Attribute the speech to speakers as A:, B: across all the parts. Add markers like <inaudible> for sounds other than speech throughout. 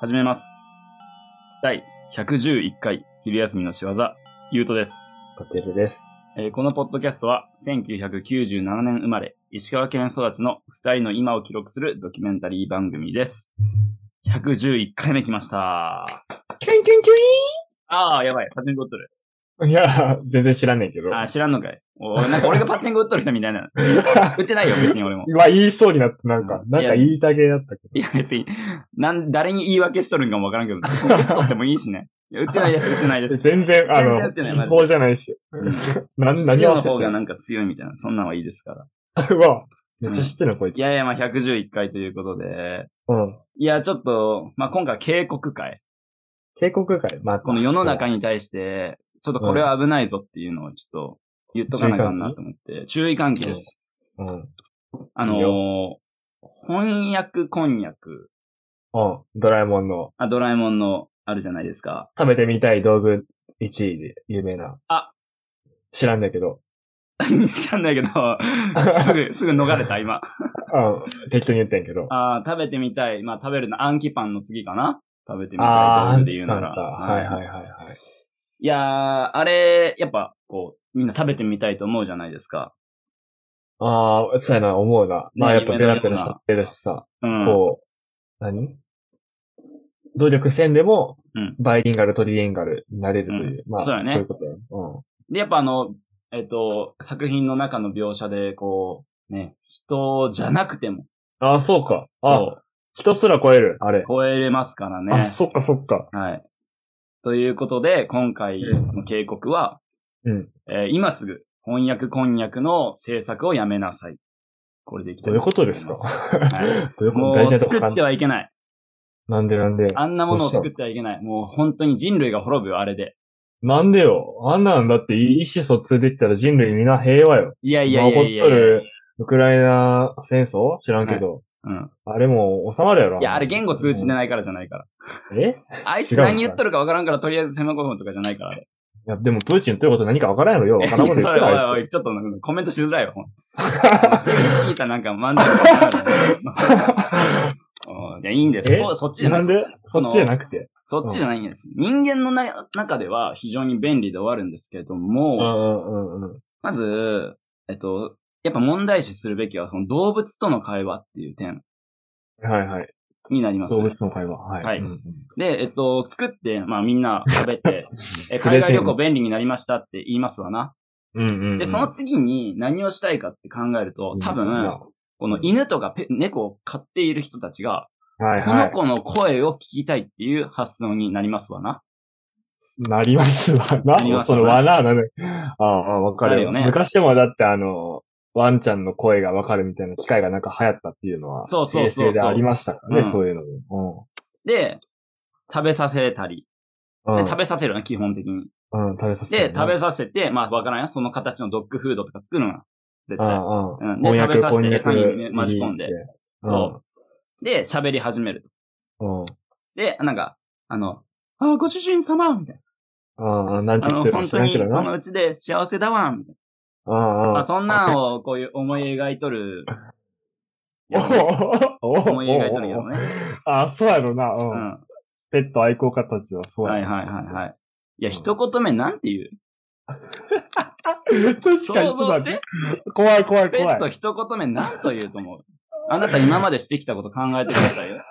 A: 始めます。第111回昼休みの仕業、ゆうとです、
B: カテルです。
A: えーこのポッドキャストは1997年生まれ、石川県育ちの二人の今を記録するドキュメンタリー番組です。111回目来ました。
B: キュインキュインキ
A: あー、やばい。パチンコ打っとる。
B: ュインいや、全然知らんねんけど。
A: あ
B: <laughs>
A: ー、知らんのかい。おなんか俺がパチンコ打っとる人みたいな。打ってないよ、別に俺も。
B: まあ言いそうになって、なんか
A: う、ん
B: なんか言いたげだったけ
A: いや、別に、なん、誰に言い訳しとるんかもわからんけど、打っとってもいいしね。いや打ってないです、打ってないで
B: ど。
A: す。
B: 全然、あ
A: 全然打ってない
B: の、
A: マジ
B: 違
A: で
B: 法じゃないし。何、何
A: 強
B: をわ
A: の
B: せ
A: 方が
B: て
A: なんか強いみたいな、そんなんはいいですから。
B: う <laughs> わ、めっちゃ知ってるの、こいつ
A: い。やいや、まあ111回ということで、
B: うん。
A: いや、ちょっと、まあ今回警告会。
B: 警告会、まあ、
A: この世の中
B: に。
A: に対して、ちょっとこれは危ないぞっていうのをちょっと言っとかなあかんなと思って、注意喚起です。
B: うん。うん。
A: あのー翻訳こんにゃく、
B: ドラえもんの、
A: あドラえもんのあるじゃないですか。 <laughs>
B: 食べてみたい道具1位で有名な。
A: あ
B: 知らんだけど。
A: 知らんない
B: <laughs>
A: けど、すぐ、すぐ逃れた、今。
B: うん。適当に言ってんけど。
A: ああ、食べてみたい。まあ、食べるの、アンキパンの次かな食べてみ
B: あ
A: たい道
B: ーアン
A: 具で
B: チ
A: 言う
B: パ
A: な
B: ンか。
A: ら。。
B: はいはいいはいはい。
A: いやー、あれ、やっぱ、こう、みんな食べてみたいと思うじゃないですか。
B: ああ、そうやな、思うな。まあ
A: ね
B: やっぱペラペラしたってるしさ。
A: うん。
B: こう、何努力せんでも
A: うん、
B: バイリンガル、トリリンガルになれるという。まあ、
A: そう
B: そう
A: やね
B: いうことや。うん。
A: で、やっぱあの、えっと、作品の中の描写で、こう、ね、人じゃなくても、
B: ああ、そうか。あ、
A: そ
B: 人すら超える、あれ
A: う、。超えれますから
B: あ、
A: ね。
B: そっかそっか。
A: はい。ということで、今回の警告は、
B: うん。
A: えー今すぐ、翻訳こんにゃくの制作をやめなさい。これでいきた
B: ど
A: いう
B: いうことですか
A: 思
B: ど
A: いま
B: <laughs> ういうこ
A: も
B: と
A: う、
B: 大事なとこ
A: 作
B: か
A: ってはいけない。
B: なんでなんで。
A: あんなものを作ってはいけない。もう本当に人類が滅ぶよ、あれで。
B: なんでよ。あんなんだって意思疎通できたら人類みんな平和よ。
A: いやいや
B: 今
A: い
B: 起
A: や
B: こ
A: いや
B: っとるウクライナ戦争知らんけど。
A: うん。
B: あれも収まるやろ。
A: いや、あれ言語通知でないからじゃないから。
B: え
A: あいつ何言っとるかわからんから、とりあえず狭い分とかじゃないから。あれ
B: いや、でもプーチンの言うこと何かわからんやろ。ようわからんこと言っ
A: そ <laughs>
B: て
A: れおい
B: ない
A: おいおい、ちょっとなんかコメントしづらいよ。
B: <laughs>
A: ほん聞いたなんか漫才の話だから
B: <laughs>
A: うんいや、いいんです。
B: え
A: そそっちじゃな
B: ないんでそ
A: この
B: っちじゃなくて。
A: そっちじゃないんです。人間のな中では非常に便利で終わるんですけれど
B: うんう
A: も、
B: んうんうん。
A: まず、えっと、やっぱ問題視するべきは、その動物との会話っていう点
B: はいはい。
A: になります。
B: 動物の会話。はい。
A: はい
B: うんうん
A: で、えっと、作って、まあみんな食べ
B: <laughs>
A: て、え
B: 触れて
A: 海外旅行便利になりましたって言いますわな。
B: うんうんうん。
A: で、その次に何をしたいかって考えると、多分、
B: は
A: この犬とかペ猫を飼っている人たちが、
B: い
A: こ
B: は
A: の
B: い。
A: 子の声を聞きたいっていう発想になりますわな。
B: なりますわな。
A: なります
B: そ
A: わな
B: の罠なのよああ、ああわか
A: な
B: る
A: るよね
B: 昔でもだってあの、ワンちゃんの声がわかるみたいな機械がなんか流行ったっていうのは、
A: そうそうそうそう
B: 平成でありましたから
A: うん
B: ね、そういうのも。
A: で、食べさせたり、
B: うん。う
A: で
B: ん
A: 食べさせるな、基本的に。
B: うん、食べさせ
A: で、
B: て
A: 食べさせて、まあわからんよ。その形のドッグフードとか作るな。絶
B: う
A: 対。
B: んう
A: うん
B: ん。
A: で
B: こんにゃ
A: 食
B: く
A: べさせて
B: こんにゃく
A: 餌に混じ込んで
B: 握って
A: そで、喋り始める。
B: うん。うん。
A: で、なんか、あの、あー、ご主人様みたいな。
B: うんうん。なんて
A: あ
B: 言っ
A: の、
B: てる
A: 本
B: <laughs> か知
A: 当
B: らん
A: に
B: け
A: こ
B: どな。
A: のうちで幸せだわ、みたい
B: うんう
A: な。
B: ん。
A: まあ、そんなんをこういう思い描いとる。
B: <laughs> お <laughs> おおお
A: 思い描いとるけどね。
B: あ、そうやろな。
A: う
B: うん。
A: ん。
B: ペット愛好家たちはそうや
A: はいはいはいはい。いや、一言目なんて言う
B: い。確かに、ちょ
A: 想
B: っと
A: 像
B: 待
A: し
B: ってて。怖い怖い
A: ペ
B: 怖
A: ッ
B: い
A: ト。一言目なんと言うと思う <laughs> あなた今までしてきたこと考えてくださいよ。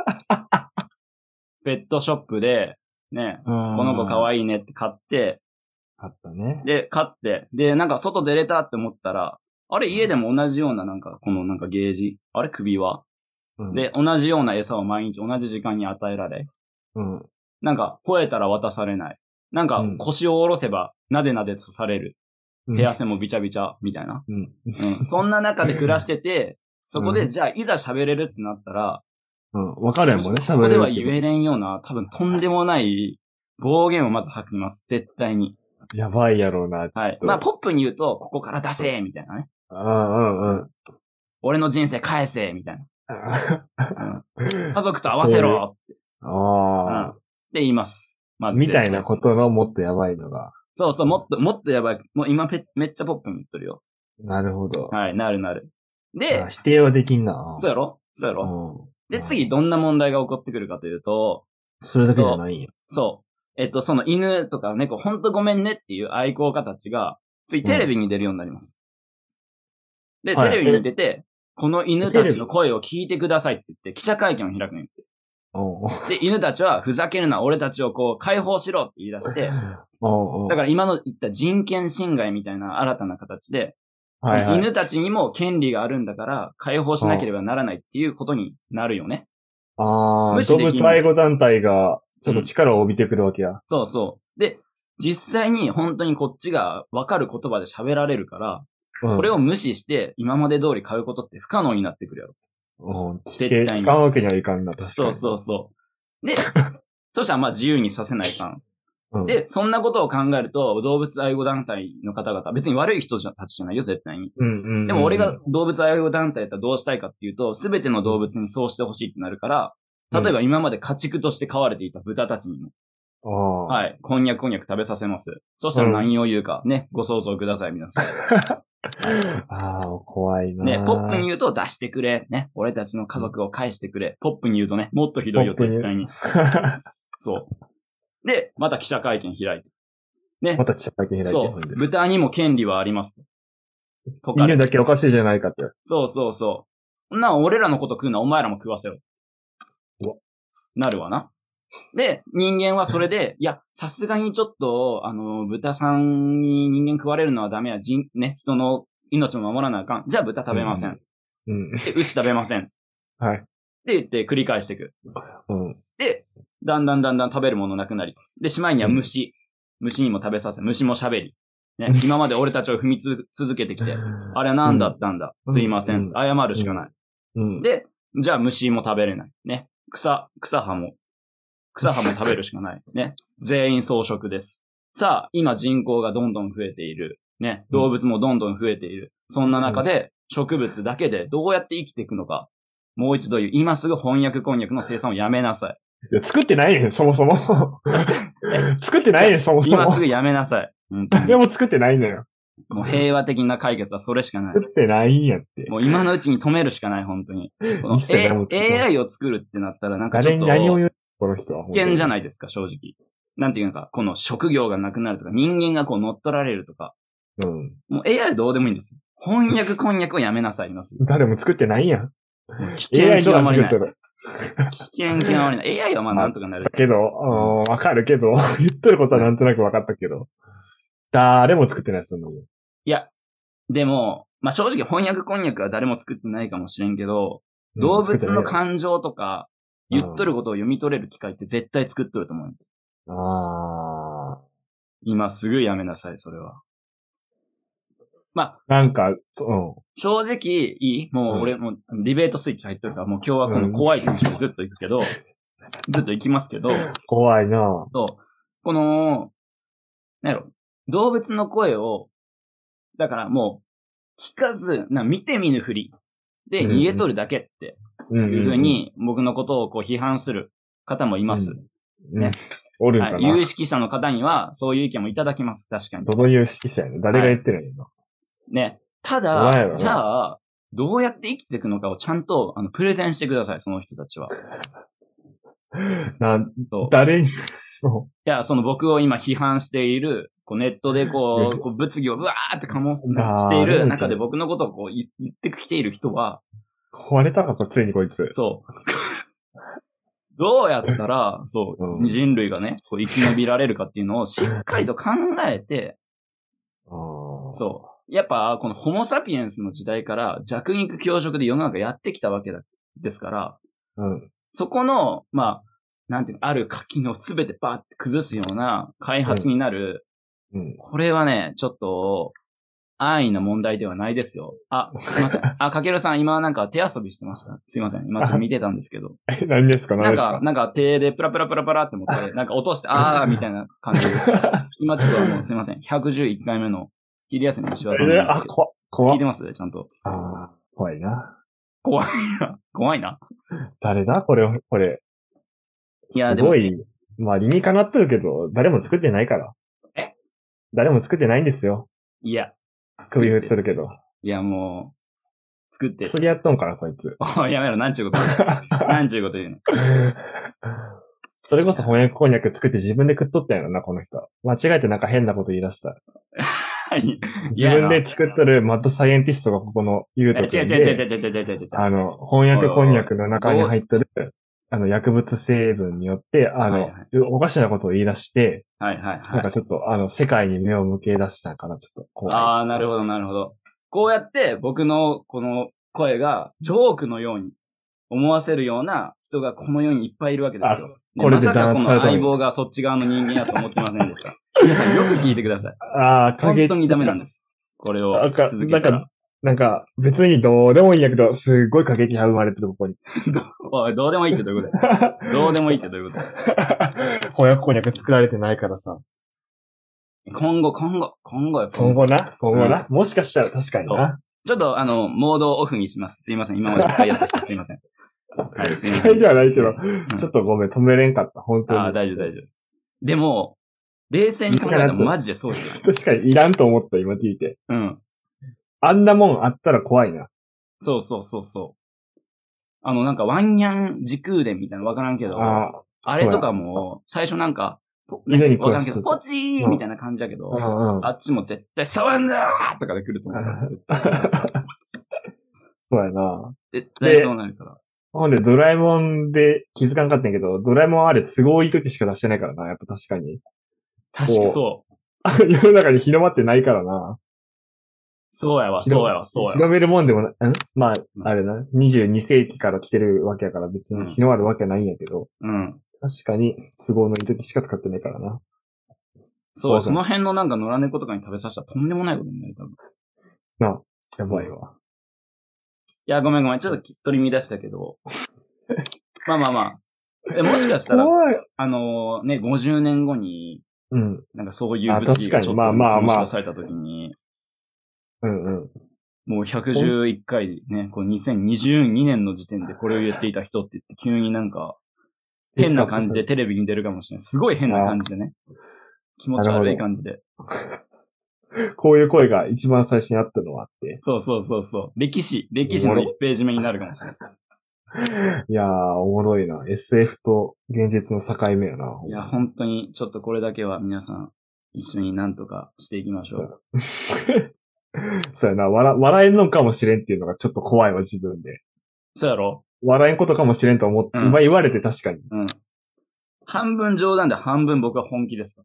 A: ペットショップで、ね、
B: こ
A: この子可
B: い
A: 愛いねって買って、
B: かったね。
A: で、買って、で、なんか外出れたって思ったら、あれ家でも同じようななんか、このなんかゲージ、あれ首輪
B: うん、
A: で、同じような餌を毎日同じ時間に与えられ、
B: うん。
A: なんか、吠えたら渡されない。なんか
B: うん、
A: 腰を下ろせば、なでなでとされる。
B: うん
A: 手汗もびちゃびちゃ、みたいな。
B: うん。
A: うん。そんな中で暮らしてて、そこ
B: う
A: で、
B: ん
A: じゃあ、いざ喋れるってなったら、
B: うん。わかるやんもんね、
A: そこ
B: 喋れ
A: では
B: るけ
A: 言えれんような、多分とんでもない暴言をまず吐きます。絶対に。
B: ど。やばいやろうな。
A: はい。
B: そう
A: まあ、ポップに言うと、ここから出せみたいなね。
B: うんうんうん。
A: 俺の人生返せみたい
B: あ
A: な。うん家族と合わせろうん
B: <laughs> あ
A: って言います。ま
B: ー。
A: ず
B: みたいなことのもっとやばいのが。
A: そうそう、もっと、もっとやばい。もう今ペめっちゃポップに言っとるよ。
B: なるほど。
A: はい、なるなる。で
B: あ、否定はできんな。
A: そうやろそうやろ
B: ろ
A: で、次、どんな問題が起こってくるかというと、
B: それだけじゃないんや。
A: そう。えっと、その犬とか猫、ほんとごめんねっていう愛好家たちが、ついテレビに出るようになります。で、
B: はい
A: テレビに出て、この犬たちの声を聞いてくださいって言って、記者会見を開くのよ。
B: おう
A: で、犬たちは、ふざけるな、俺たちをこう、解放しろって言い出して、
B: <laughs> おうおう
A: だから今の言った人権侵害みたいな新たな形で、
B: はいはい。
A: 犬たちにも権利があるんだから、解放しなければならないっていうことになるよね。
B: あ
A: 無
B: あ、
A: 視で
B: 動
A: きんの
B: 物愛護団体が、ちょっと力を帯びてくるわけや。
A: そうそう。で、実際に本当にこっちがわかる言葉で喋られるから、
B: うん
A: それを無視して今まで通り買うことって不可能になってくるやろ。
B: うん聞け
A: 絶対に
B: 聞かんわけにはいかんな、確かに。
A: そうそうそう。で、 <laughs> そしたらまあ自由にさせないかん。
B: うん。
A: で、そんなことを考えると、動物愛護団体の方々、別に悪い人じゃたちじゃないよ、絶対に。
B: うんうんうん
A: でも俺が、動物愛護団体だったらどうしたいかっていうと、すべての動物にそうしてほしいってなるから、例えば今まで家畜として飼われていた豚たちにも、
B: ああ。
A: は
B: い。
A: い、こんにゃくこんにゃく食べさせます。そしたら何を言うか、ね、ご想像ください、皆さん。
B: ああ、怖いな。
A: ね、ポップに言うと出してくれ。ね、俺たちの家族を返してくれ。ポップに言うとね、もっとひどいよ、
B: ポップに
A: 絶
B: <laughs>
A: 対に。そう。で、また記者会見開いて。
B: また記者会見開いて
A: そ
B: ほん
A: う。
B: で
A: 豚にも権利はあります。とか
B: 犬だけおかしいじゃないかって。
A: そうそうそう。そんなん俺らのこと食うな、お前らも食わせろ
B: うわ。
A: なるわな。で、人間はそれ
B: <laughs>
A: で、いや、さすがにちょっと、あの、豚さんに人間食われるのはダメや、人、ね、人の命も守らなあかん。じゃあ豚食べません。
B: うん。
A: で、 <laughs> 牛食べません。
B: はい。
A: って言って繰り返していく。
B: うん。
A: で、だんだんだんだん食べるものなくなり。で、しまいには虫。虫にも食べさせ、虫も喋り。
B: <laughs>
A: ね、今まで俺たちを踏みつ続けてきて、あれは何だったんだ、
B: うん
A: すいません
B: う、ん
A: 謝るしかない。
B: うん。
A: で、じゃあ虫も食べれない。ね。草、草葉も。草葉も食べるしかない。ね。全員草食です。さあ、今人口がどんどん増えている。ね。動物もどんどん増えている。そんな中で、植物だけでどうやって生きていくのか。もう一度言う。今すぐ翻訳こんにゃくの生産をやめなさい。
B: いや作ってないねん、そも
A: <laughs>
B: そも。作ってないねん、そもそ
A: 今
B: も
A: す。ぐやめなさい。本当に
B: 誰も作ってないのよ。
A: もう平和的な解決はそれしかない。
B: 作ってないんやって。
A: もう今のうちに止めるしかない、本当に。この
B: 一切何も作ってな
A: A- AI を作るってなったら、なんかち
B: 誰
A: ょっ
B: に
A: と。
B: 何を言うこの人は。
A: 危険じゃ
B: い。
A: ないですか、正直。なんていうのか、この職業がなくなるとか、人間がこう乗っ取られるとか、
B: うん。
A: もう AI どうでもいいんです。翻 <laughs> 訳、こんにゃくをやめなさい、ます。
B: 誰も作ってないやん。
A: 危険
B: AI と
A: 極
B: か
A: ま
B: 作
A: り
B: っ
A: ない
B: て。る。
A: 危険極まりない。AI はまあなんとかなる
B: だ。けど、うん、わかるけど、 <laughs> 言ってることはなんとなくわかったけど。誰も作ってない、そんなもん。
A: いや、でも、まあ正直翻訳、こんにゃくは誰も作ってないかもしれんけど、動物の
B: 感
A: 感情とか、言っとることを読み取れる機会って絶対作っとると思う。
B: あ
A: 今すぐやめなさい、それは。まあ、
B: あ。なんか、うん。
A: 正直、いいもう俺、もうディベートスイッチ入ってるから、もう今日はこの怖いテンションでずっと行くけど、ずっと行きますけど、
B: 怖いな
A: そうこの、なんやろ、動物の声を、だからもう、聞かず、な見て見ぬふりで
B: うんうん
A: 逃げとるだけって
B: うん
A: いうふう、に、僕のことをこう批判する方もいます。
B: うん
A: ね
B: おるんか
A: はい、
B: な、
A: 有識者の方には、そういう意見もいただきます、確かに。
B: どの有識者やねん誰が言ってるんやろ
A: ね。た
B: お
A: だ
B: 前ら、な
A: じゃあ、どうやって生きていくのかをちゃんと、あの、プレゼンしてください、その人たちは。
B: な、
A: そう。
B: 誰に、
A: いや、その僕を今批判している、こうネットでこ <laughs> う、こう物議をうわーってかもしている中で僕のことをこう言言ってきている人は、
B: 壊れたのか、ついにこいつ。
A: <laughs> そう。どうやったら、そうう、
B: ん
A: 人類がね、こう生き延びられるかっていうのをしっかりと考えて、
B: そ
A: そう。やっぱ、このホモサピエンスの時代から弱肉強食で世の中やってきたわけだですから、
B: う。うん。
A: そこの、まあ、なんていうのある柿のすべてバーって崩すような開発になる、
B: うん。
A: これはね、ちょっと、安易な問題ではないですよ。あ、すい
B: <laughs>
A: ません。あ、かけるさん、今なんか手遊びしてました。すいません。今ちょっと見てたんですけど。
B: え、何ですか
A: な
B: 何
A: ん
B: です
A: か
B: か、
A: なんか手でプラプラプラプラって持
B: <laughs>
A: って、なんか落として、あーみたいな感じ <laughs> です。今ちょっとあの、すいません。111回目の昼休みの仕業なん
B: え、
A: です
B: あ、
A: けど。
B: こ、
A: 聞
B: 怖
A: いてますちゃんと。 <laughs>
B: あー怖いな。
A: 怖いな。怖いな。
B: 誰だこれ、これ。
A: いや、
B: す
A: でも
B: ご、い、まあ理にかなってるけど、誰も作ってないから。
A: え
B: 誰も作ってないんですよ。
A: いや、
B: 首振っとるけど。
A: いやもう、作って
B: 薬
A: <laughs>
B: やっとんから、こいつ。 <laughs>
A: おいやめろ、なんちゅうこと言うの。なんちゅうこと言うの。
B: それこそ翻訳こんにゃく作って自分で食っとったんやろな、この人。間違えてなんか変なこと言い出した。
A: い
B: 自分で作っとるマッドサイエンティストがここの言う
A: や
B: と
A: 違う
B: き
A: 違う違う違う違う違う違う違う。
B: あの、翻訳こんにゃくの中に入ってる、あの、薬物成分によって、あの、
A: はいは
B: おかしなことを言い出して、
A: はいはい
B: なん
A: は
B: か
A: い。
B: ちょっと、あの、世界に目を向け出したから、ちょっと怖い。
A: ああ、なるほどなるほど。こうやって僕のこの声がジョークのように思わせるような人がこの世にいっぱいいるわけですよ。ね
B: これ
A: ま
B: で
A: さかこ
B: 弾圧され
A: の
B: たの
A: 相棒がそっち側の人間だと思ってませんでした。皆さんよく聞いてくだ
B: <laughs>
A: さい。
B: ああ、
A: 本当にダメなん
B: だ。
A: です。これを
B: なんか、
A: 続けたら。
B: なんか、別にどうでもいいんやけど、すごい過激が生まれてる、ここに。
A: おい、どうでもいいってどういうこと
B: <laughs>
A: だよどうでもいいってどういうことだよ
B: 翻訳こんにゃく作られてないからさ。
A: 今後、今後、今後よ
B: 今後な、今後な。もしかしたら確かにな。
A: ちょっと、あの、モードをオフにします。すいません。今までいっぱいやった人、すいません。はい、すいま
B: 期
A: せ
B: 待
A: ん
B: で。はないけど、ちょっとごめん、止めれんかった、本当
A: ああ、
B: に。
A: 大丈夫、大丈夫。でも、冷静に考えたらマジでそうじゃない。
B: 確かにいらんと思った、今聞いて。
A: うん。
B: あんなもんあったら怖いな。
A: そうそうそうそう。あの、なんか、ワンニャン時空伝みたいなのわからんけど、あ
B: あ
A: れとかも、最初なんか、ぽな
B: 犬に
A: ん
B: 殺
A: かわからんけど、
B: す
A: ポチーみたいな感じだけど
B: あ、、うんうん。 <laughs>
A: あっちも絶対、触んなーとかで来ると思う。
B: そうやな。
A: 絶対そうなるから。
B: ほんで、ドラえもんで気づかんかったんやけど、ドラえもんはあれ都合いい時しか出してないからな、やっぱ確かに。 <laughs>
A: 確かにそう。
B: 世の中に広まってないからな。
A: そうやわ、そうやわ、そうやわ。
B: 広めるもんでもない、んまあ、あれな、22世紀から来てるわけやから別
A: うん
B: に広まるわけないんやけど、
A: うん。
B: 確かに都合のいい時しか使ってないからな。
A: そう、
B: そ
A: そうの辺のなんか野良猫とかに食べさせたらとんでもないことになる、多分。
B: やばいわ。
A: いや、ごめんごめん。ちょっときっ取り乱したけど。 <laughs> まあまあまあ。えもしかしたら、
B: 怖い。
A: あのね、50年後に、
B: うん。
A: なんかそういう
B: あ
A: 物議がちょっと
B: 確かにまあまあま
A: 醸し
B: あ
A: 出された時に、
B: うんうん。
A: もう111回ね、こう2022年の時点でこれを言っていた人って言って急になんか、変な感じで
B: <laughs>
A: テレビに出るかもしれない。すごい変な感じでね。気持ち悪い感じで。
B: こういう声が一番最初にあったのはあって。
A: そうそうそうそう。歴史、歴史の1ページ目になるかもしれない。
B: いやー、おもろいな。SF と現実の境目やな。
A: いや、本当に、ちょっとこれだけは皆さん、一緒になんとかしていきましょう。
B: <laughs> そうやな、笑、笑えんのかもしれんっていうのがちょっと怖いわ、自分で。
A: そうやろ
B: 笑えんことかもしれんと思って、
A: うん
B: 今言われて確かに。 <laughs>
A: うん。半分冗談で半分僕は本気ですか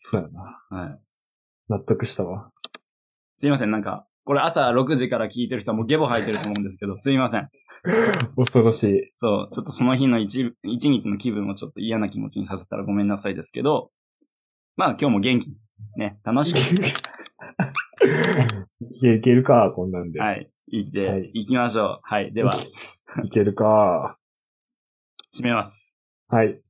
B: そうやな。
A: ら。はい。
B: 納得したわ。
A: すいません、なんか、これ朝6時から聞いてる人はもうゲボ吐いてると思うんですけど、すいません。
B: 恐ろしい。
A: そう、ちょっとその日の一一日の気分をちょっと嫌な気持ちにさせたらごめんなさいですけど、まあ今日も元気に、ね、楽しく、
B: <laughs> いけいけるか、こんなんで。
A: はい、生き
B: は
A: て
B: い
A: いきましょう。はい、では、
B: いけるか。
A: 締めます。
B: はい。